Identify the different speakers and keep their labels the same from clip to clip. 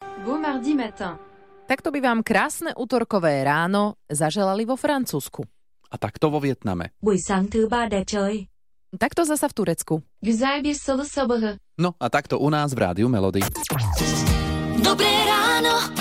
Speaker 1: Beau mardi matin.
Speaker 2: Takto by vám krásne útorkové ráno zaželali vo Francúzsku.
Speaker 3: A takto vo Vietname.
Speaker 4: Buổi sáng thứ ba đẹp trời.
Speaker 2: Takto zasa v Turecku.
Speaker 1: Güzel bir salı sabahı.
Speaker 3: No a takto u nás v Rádiu Melody.
Speaker 5: Dobré ráno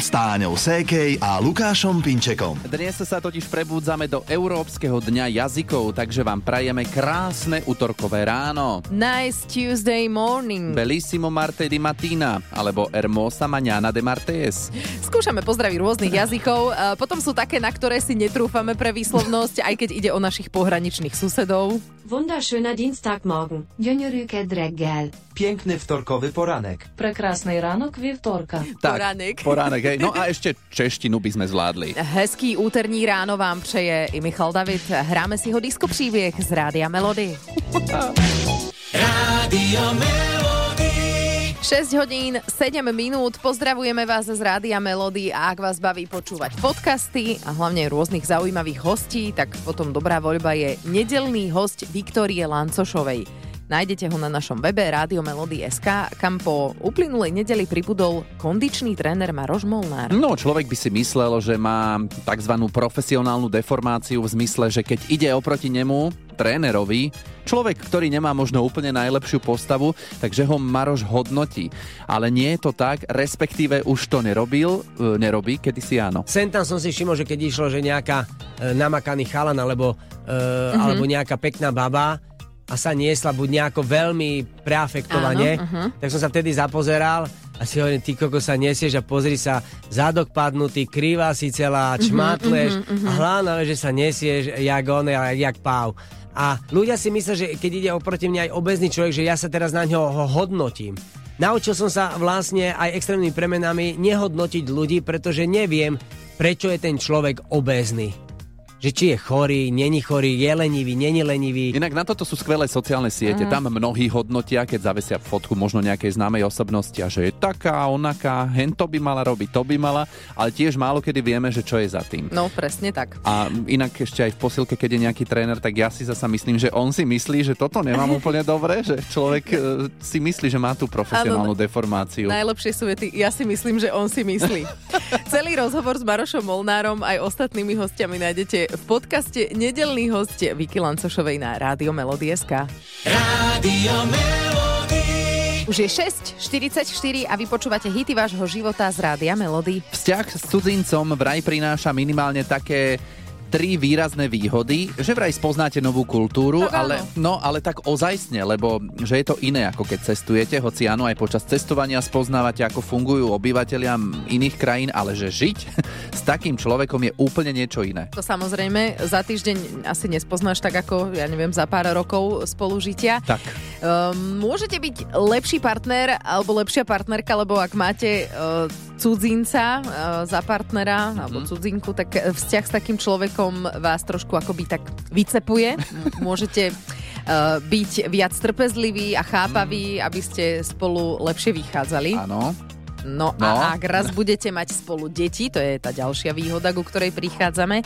Speaker 5: s Táňou Sékej a Lukášom Pinčekom.
Speaker 3: Dnes sa totiž prebudzame do Európskeho dňa jazykov, takže vám prajeme krásne útorkové ráno.
Speaker 2: Nice Tuesday morning.
Speaker 3: Bellissimo Marte di Mattina, alebo Hermosa Mañana de Martes.
Speaker 2: Skúšame pozdraviť rôznych jazykov, e, potom sú také, na ktoré si netrúfame pre výslovnosť, aj keď ide o našich pohraničných susedov.
Speaker 4: Wunderschöner Dienstagmorgen.
Speaker 1: Gönyörüket reggel.
Speaker 6: Piękny wtorkowy poranek.
Speaker 7: Прекрасний ранок вівторка.
Speaker 2: Poránek.
Speaker 3: Poránek, hej. No a ešte češtinu by sme zvládli.
Speaker 2: Hezký úterní ráno vám přeje i Michal David. Hráme si ho disko příběh z Rádia Melody. 6 hodín, 7 minút. Pozdravujeme vás z Rádia Melody a ak vás baví počúvať podcasty a hlavne rôznych zaujímavých hostí, tak potom dobrá voľba je nedelný host Viktorie Lancošovej. Nájdete ho na našom webe SK, kam po uplynulej nedeli pribudol kondičný tréner Maroš Molnár.
Speaker 3: No, človek by si myslel, že má tzv. profesionálnu deformáciu v zmysle, že keď ide oproti nemu, trénerovi, človek, ktorý nemá možno úplne najlepšiu postavu, takže ho Maroš hodnotí. Ale nie je to tak, respektíve už to nerobil, e, nerobí, kedysi áno.
Speaker 8: Sen tam som si všimol, že keď išlo, že nejaká e, namakaný chalan alebo, e, alebo nejaká pekná baba a sa niesla buď nejako veľmi preafektovane,
Speaker 2: Áno, mhm.
Speaker 8: tak som sa vtedy zapozeral a si hovorím, ty koko sa nesieš a pozri sa, zádok padnutý, krivá si celá, čmatleš a hlána, že sa nesieš jak one, a jak páv. A ľudia si myslia, že keď ide oproti mne aj obezný človek, že ja sa teraz na ňo ho hodnotím. Naučil som sa vlastne aj extrémnymi premenami nehodnotiť ľudí, pretože neviem, prečo je ten človek obézny. Že či je chorý, není chorý, je lenivý, není lenivý.
Speaker 3: Inak na toto sú skvelé sociálne siete. Tam mnohí hodnotia, keď zavesia fotku možno nejakej známej osobnosti a že je taká, onaká, hen to by mala robiť, to by mala, ale tiež málo kedy vieme, že čo je za tým.
Speaker 2: No, presne tak.
Speaker 3: A inak ešte aj v posilke, keď je nejaký tréner, tak ja si zasa myslím, že on si myslí, že toto nemám úplne dobre, že človek e, si myslí, že má tú
Speaker 2: no.
Speaker 3: profesionálnu deformáciu.
Speaker 2: Najlepšie sú vety, ja si myslím, že on si myslí. Celý rozhovor s Marošom Molnárom aj ostatnými hostiami nájdete v podcaste Nedelný host Viki Lancošovej na Rádio Melody.sk. Už je 6.44 a vy počúvate hity vášho života z Rádia Melody.
Speaker 3: Vzťah s cudzincom vraj prináša minimálne také tri výrazné výhody, že vraj spoznáte novú
Speaker 2: Tak
Speaker 3: kultúru,
Speaker 2: áno.
Speaker 3: ale, no, ale tak ozajstne, lebo že je to iné, ako keď cestujete, hoci áno, aj počas cestovania spoznávate, ako fungujú obyvateľia iných krajín, ale že žiť s takým človekom je úplne niečo iné.
Speaker 2: To samozrejme za týždeň asi nespoznáš tak ako, ja neviem, za pár rokov spolužitia.
Speaker 3: Tak.
Speaker 2: Ehm, môžete byť lepší partner alebo lepšia partnerka, lebo ak máte uh, cudzinca uh, za partnera alebo cudzinku, tak eh, vzťah s takým človekom vás trošku akoby tak vycepuje. M- Môžete eh, byť viac trpezliví a chápaví, aby ste spolu lepšie vychádzali.
Speaker 3: Áno.
Speaker 2: No, no
Speaker 3: No.
Speaker 2: a ak raz budete mať spolu deti, to je tá ďalšia výhoda, ku ktorej prichádzame,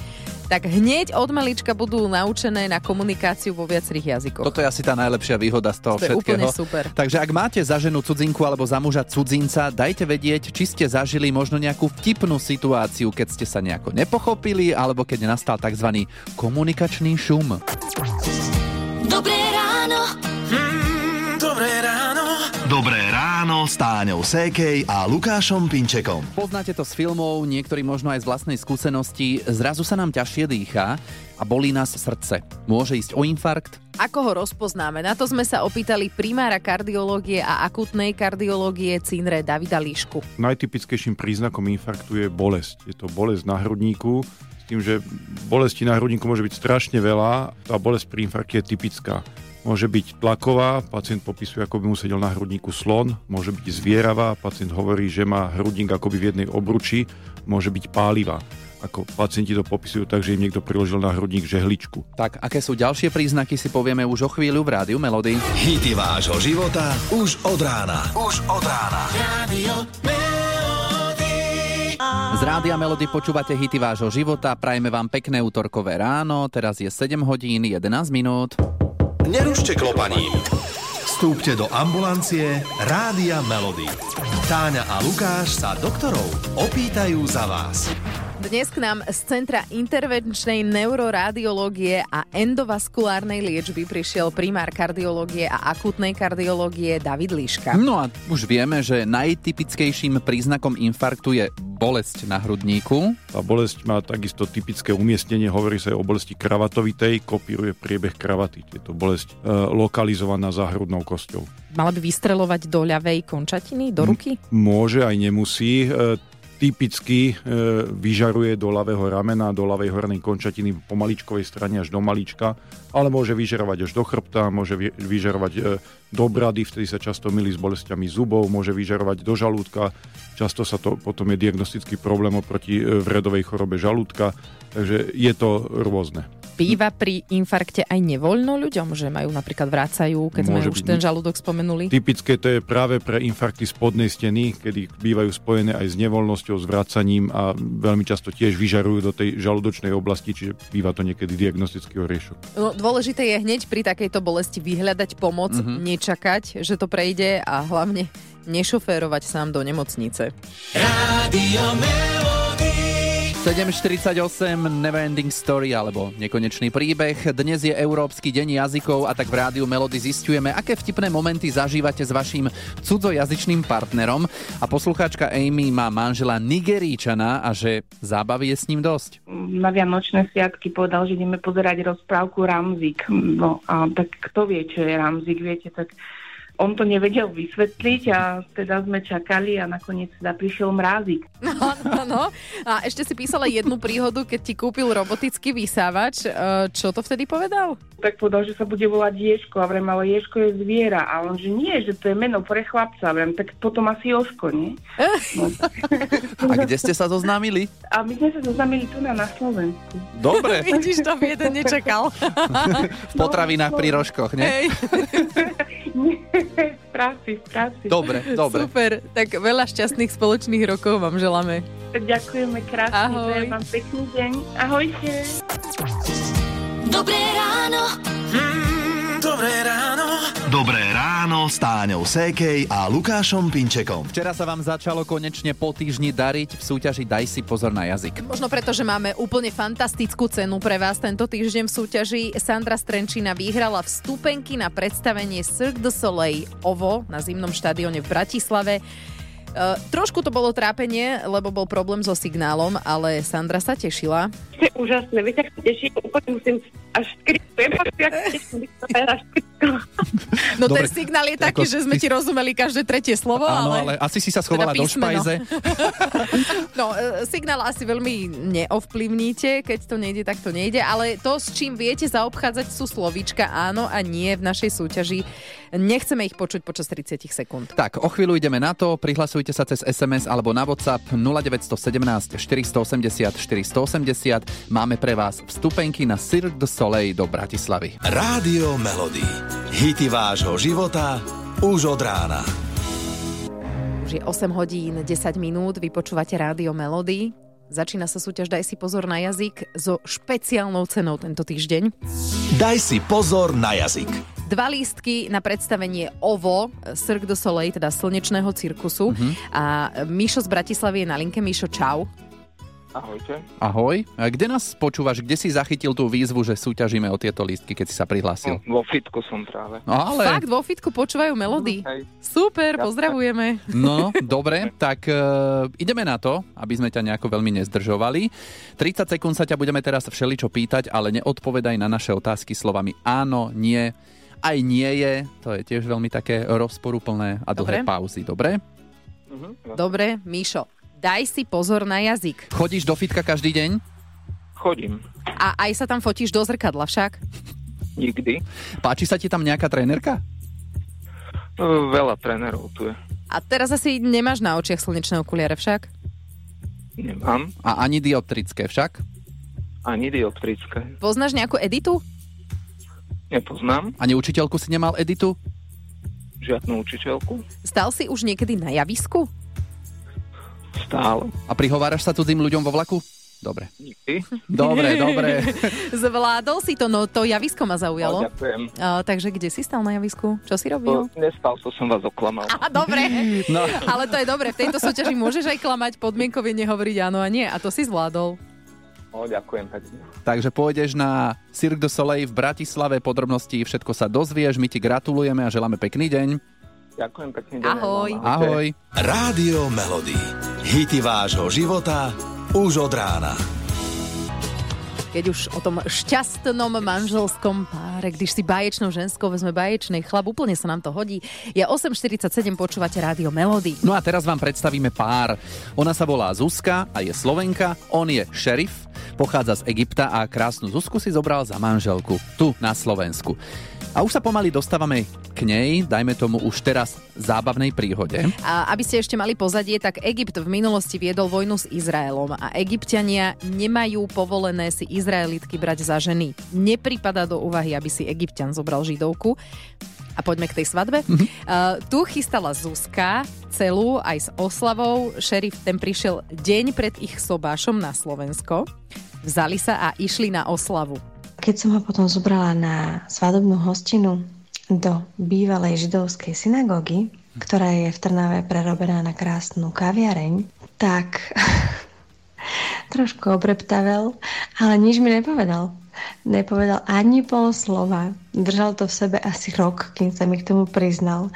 Speaker 2: tak hneď od malička budú naučené na komunikáciu vo viacerých jazykoch.
Speaker 3: Toto je asi tá najlepšia výhoda z toho
Speaker 2: To je
Speaker 3: všetkého.
Speaker 2: úplne super.
Speaker 3: Takže ak máte za ženu cudzinku alebo za muža cudzinca, dajte vedieť, či ste zažili možno nejakú vtipnú situáciu, keď ste sa nejako nepochopili, alebo keď nastal tzv. komunikačný šum.
Speaker 5: Dobré ráno s Táňou Sékej a Lukášom Pinčekom.
Speaker 3: Poznáte to z filmov, niektorí možno aj z vlastnej skúsenosti. Zrazu sa nám ťažšie dýcha a bolí nás srdce. Môže ísť o infarkt,
Speaker 2: Ako ho rozpoznáme? Na to sme sa opýtali primára kardiológie a akutnej kardiológie Cinre Davida Líšku.
Speaker 9: Najtypickejším príznakom infarktu je bolesť. Je to bolesť na hrudníku, s tým, že bolesti na hrudníku môže byť strašne veľa. Tá bolesť pri infarkte je typická. Môže byť tlaková, pacient popisuje, ako by mu sedel na hrudníku slon, môže byť zvieravá, pacient hovorí, že má hrudník akoby v jednej obruči, môže byť pálivá. Ako pacienti to popisujú tak, že im niekto priložil na hrudník žehličku.
Speaker 3: tak aké sú ďalšie príznaky, si povieme už o chvíľu v Rádiu Melody.
Speaker 5: Hity vášho života už od rána. Už od rána.
Speaker 3: Z Rádia Melody počúvate hity vášho života, prajme vám pekné útorkové ráno, teraz je 7 hodín 11 minút.
Speaker 5: Nerušte klopaním. Vstúpte do ambulancie Rádia Melody. Táňa a Lukáš sa doktorov opýtajú za vás.
Speaker 2: Dnes k nám z Centra intervenčnej neuroradiológie a endovaskulárnej liečby prišiel primár kardiológie a akutnej kardiológie David Líška.
Speaker 3: No a už vieme, že najtypickejším príznakom infarktu je bolesť na hrudníku.
Speaker 9: Tá bolesť má takisto typické umiestnenie, hovorí sa aj o bolesti kravatovitej, kopíruje priebeh kravaty. Je to bolesť e, lokalizovaná za hrudnou kosťou.
Speaker 10: Mala by vystrelovať do ľavej končatiny,
Speaker 9: Mhm.
Speaker 10: do ruky?
Speaker 9: Môže aj nemusí. E, typicky e, vyžaruje do ľavého ramena, do ľavej hornej končatiny po maličkovej strane až do malička, ale môže vyžarovať až do chrbta, môže vy- vyžarovať e, do brady, vtedy sa často milí s bolestiami zubov, môže vyžarovať do žalúdka, často sa to potom je diagnostický problém oproti e, vredovej chorobe žalúdka, takže je to rôzne.
Speaker 10: Býva pri infarkte aj nevoľno ľuďom, že majú napríklad vrácajú, keď sme
Speaker 9: Môže
Speaker 10: už
Speaker 9: byť.
Speaker 10: ten žalúdok spomenuli?
Speaker 9: Typické to je práve pre infarkty spodnej steny, kedy bývajú spojené aj s nevoľnosťou, s vracaním a veľmi často tiež vyžarujú do tej žalúdočnej oblasti, čiže býva to niekedy diagnostický oriešok.
Speaker 2: No, dôležité je hneď pri takejto bolesti vyhľadať pomoc, mm-hmm. nečakať, že to prejde a hlavne nešoférovať sám do nemocnice.
Speaker 3: 748 Neverending Story alebo Nekonečný príbeh. Dnes je Európsky deň jazykov a tak v rádiu Melody zistujeme, aké vtipné momenty zažívate s vašim cudzojazyčným partnerom. A poslucháčka Amy má manžela Nigeríčana a že zábavy je s ním dosť.
Speaker 11: na Vianočné sviatky povedal, že ideme pozerať rozprávku Ramzik. No a tak kto vie, čo je Ramzik, viete, tak on to nevedel vysvetliť a teda sme čakali a nakoniec teda prišiel mrázik.
Speaker 2: Áno. No, A ešte si písala jednu príhodu, keď ti kúpil robotický vysávač. E, Čo to vtedy povedal?
Speaker 11: Tak povedal, že sa bude volať Ježko a vrem, ale Ježko je zviera. A on, že nie, že to je meno pre chlapca. Vrem, tak potom asi Joško, nie?
Speaker 3: A kde ste sa zoznámili?
Speaker 11: A my sme sa zoznamili tu na, na Slovensku.
Speaker 3: Dobre,
Speaker 2: Vidíš, to jeden nečakal.
Speaker 3: v potravinách pri rožkoch, ne?
Speaker 2: Hej,
Speaker 11: Nie, v práci, v práci.
Speaker 3: Dobre, dobre.
Speaker 2: super. Tak veľa šťastných spoločných rokov vám želáme.
Speaker 11: Tak ďakujeme krásne,
Speaker 2: Ahoj.
Speaker 11: prajem vám pekný deň. Ahojte.
Speaker 5: Dobré ráno s Táňou Sékej a Lukášom Pinčekom.
Speaker 3: Včera sa vám začalo konečne po týždni dariť v súťaži Daj si pozor na jazyk.
Speaker 2: Možno preto, že máme úplne fantastickú cenu pre vás tento týždeň v súťaži. Sandra Strenčina vyhrala vstupenky na predstavenie Cirque du Soleil OVO na zimnom štadióne v Bratislave. E, trošku to bolo trápenie, lebo bol problém so signálom, ale Sandra sa tešila.
Speaker 11: ste úžasné, viete, ak sa teším, úplne musím až skrikujem, až teším, keď sa hráš
Speaker 2: No
Speaker 3: Dobre,
Speaker 2: ten signál je taký,
Speaker 3: ako
Speaker 2: že sme
Speaker 3: ty-
Speaker 2: ti rozumeli každé tretie slovo,
Speaker 3: Áno,
Speaker 2: ale...
Speaker 3: ale asi si sa
Speaker 2: teda
Speaker 3: schovala do
Speaker 2: písmeno.
Speaker 3: špajze.
Speaker 2: No, e, signál asi veľmi neovplyvníte, keď to nejde, tak to nejde, ale to, s čím viete zaobchádzať, sú slovíčka áno a nie v našej súťaži. Nechceme ich počuť počas 30 sekúnd.
Speaker 3: Tak, o chvíľu ideme na to. Prihlasujte sa cez SMS alebo na WhatsApp 0917 480 480. Máme pre vás vstupenky na Cirque du Soleil do Bratislavy.
Speaker 5: Rádio Melody. Hity vášho života už od rána.
Speaker 2: Už je 8 hodín 10 minút, vy počúvate rádio Melody. Začína sa súťaž Daj si pozor na jazyk so špeciálnou cenou tento týždeň.
Speaker 5: Daj si pozor na jazyk.
Speaker 2: Dva lístky na predstavenie OVO, Cirque du Soleil, teda slnečného cirkusu. Mm-hmm. A Mišo z Bratislavy je na linke. Mišo, čau.
Speaker 3: Ahoj, a kde nás počúvaš? Kde si zachytil tú výzvu, že súťažíme o tieto lístky, keď si sa prihlásil?
Speaker 11: No, Vo fitku som práve.
Speaker 3: No ale,
Speaker 2: Fakt, vo fitku počúvajú
Speaker 12: No,
Speaker 2: melódy.
Speaker 11: Hej.
Speaker 2: Super, pozdravujeme.
Speaker 3: no, dobre, tak e, ideme na to, aby sme ťa nejako veľmi nezdržovali. 30 sekúnd sa ťa budeme teraz všeličo pýtať, ale neodpovedaj na naše otázky slovami áno, nie, aj nie je. To je tiež veľmi také rozporuplné a dlhé
Speaker 2: Dobre.
Speaker 3: pauzy, dobre?
Speaker 2: Dobre, Míšo, daj si pozor na jazyk.
Speaker 3: Chodíš do fitka každý deň?
Speaker 11: Chodím.
Speaker 2: A aj sa tam fotíš do zrkadla však.
Speaker 11: Nikdy.
Speaker 3: Páči sa ti tam nejaká trénerka?
Speaker 11: Veľa trénerov tu je.
Speaker 2: A teraz asi nemáš na očiach slnečné okuliare však.
Speaker 11: Nemám.
Speaker 3: A ani dioptrické však?
Speaker 11: Ani dioptrické.
Speaker 2: Poznáš nejakú editu?
Speaker 11: Nepoznám
Speaker 3: Ani učiteľku si nemal editu?
Speaker 11: žiadnu učiteľku.
Speaker 2: Stal si už niekedy na javisku?
Speaker 11: Stále.
Speaker 3: A prihováraš sa cudzím ľuďom vo vlaku? Dobre. Dobre, dobre.
Speaker 2: Zvládol si to, no to javisko ma
Speaker 12: No,
Speaker 2: zaujalo.
Speaker 12: ďakujem.
Speaker 2: A, takže kde si stal na javisku? Čo si robil?
Speaker 12: To, nestal, to som vás oklamal.
Speaker 2: Aha, dobre.
Speaker 3: No.
Speaker 2: Ale to je dobre, v tejto súťaži môžeš aj klamať podmienkovie, nehovoriť áno a nie. A to si zvládol.
Speaker 12: No, ďakujem pekne.
Speaker 3: Takže pôjdeš na Cirque du Soleil v Bratislave, podrobnosti všetko sa dozvieš, my ti gratulujeme a želáme pekný deň.
Speaker 12: Ďakujem pekne.
Speaker 2: Ahoj.
Speaker 12: no,
Speaker 3: Ahoj.
Speaker 5: Rádio Melody. Hity vášho života už od rána.
Speaker 2: Keď už o tom šťastnom manželskom páre, když si báječnou ženskou vezme báječnej chlap, úplne sa nám to hodí. Je 8.47, počúvate rádio Melody.
Speaker 3: No a teraz vám predstavíme pár. Ona sa volá Zuzka a je Slovenka, on je šerif, pochádza z Egypta a krásnu Zuzku si zobral za manželku, tu na Slovensku. A už sa pomaly dostávame k nej, dajme tomu už teraz zábavnej príhode.
Speaker 2: A aby ste ešte mali pozadie, tak Egypt v minulosti viedol vojnu s Izraelom a egyptiania nemajú povolené si Izraelitky brať za ženy. Nepripada do úvahy, aby si egyptian zobral židovku. A poďme k tej svadbe. Uh, tu chystala Zuzka celú aj s oslavou. Šerif ten prišiel deň pred ich sobášom na Slovensko. Vzali sa a išli na oslavu.
Speaker 11: Keď som ho potom zobrala na svadobnú hostinu do bývalej židovskej synagógy, ktorá je v Trnave prerobená na krásnu kaviareň, tak trošku obreptavel, ale nič mi nepovedal. Nepovedal ani pol slova. Držal to v sebe asi rok, kým sa mi k tomu priznal.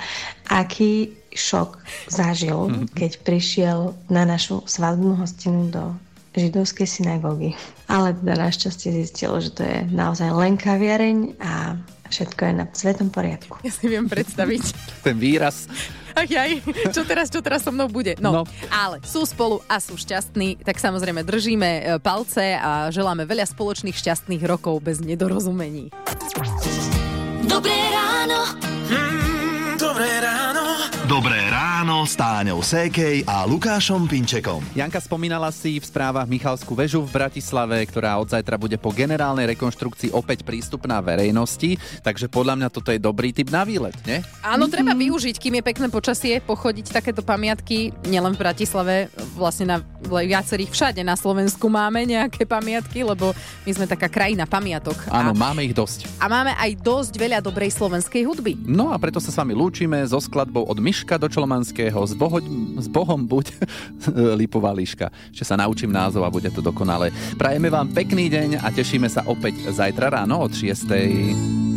Speaker 11: Aký šok zažil, keď prišiel na našu svadobnú hostinu do židovskej synagógy. Ale teda našťastie zistilo, že to je naozaj len kaviareň a všetko je na svetom poriadku.
Speaker 2: Ja si viem predstaviť.
Speaker 3: Ten výraz
Speaker 2: Ach jaj, čo teraz, čo teraz so mnou bude. No, no,
Speaker 3: No.
Speaker 2: ale sú spolu a sú šťastní, tak samozrejme držíme e, palce a želáme veľa spoločných šťastných rokov bez nedorozumení.
Speaker 13: Dobré ráno.
Speaker 5: Dobré ráno. Dobré ráno s Táňou Sékej a Lukášom Pinčekom.
Speaker 3: Janka spomínala si v správach Michalskú väžu v Bratislave, ktorá od zajtra bude po generálnej rekonštrukcii opäť prístupná verejnosti, takže podľa mňa toto je dobrý typ na výlet, nie?
Speaker 2: Áno, treba využiť, kým je pekné počasie, pochodiť takéto pamiatky, nielen v Bratislave, vlastne na viacerých všade na Slovensku máme nejaké pamiatky, lebo my sme taká krajina pamiatok.
Speaker 3: Áno,
Speaker 2: a,
Speaker 3: máme ich dosť.
Speaker 2: a máme aj dosť veľa dobrej slovenskej hudby.
Speaker 3: No a preto sa s vami lúčime so skladbou od Miška do Čolomanského s, bohoď, s Bohom buď Lipová líška. Ešte sa naučím názov a bude to dokonale. Prajeme vám pekný deň a tešíme sa opäť zajtra ráno od 6.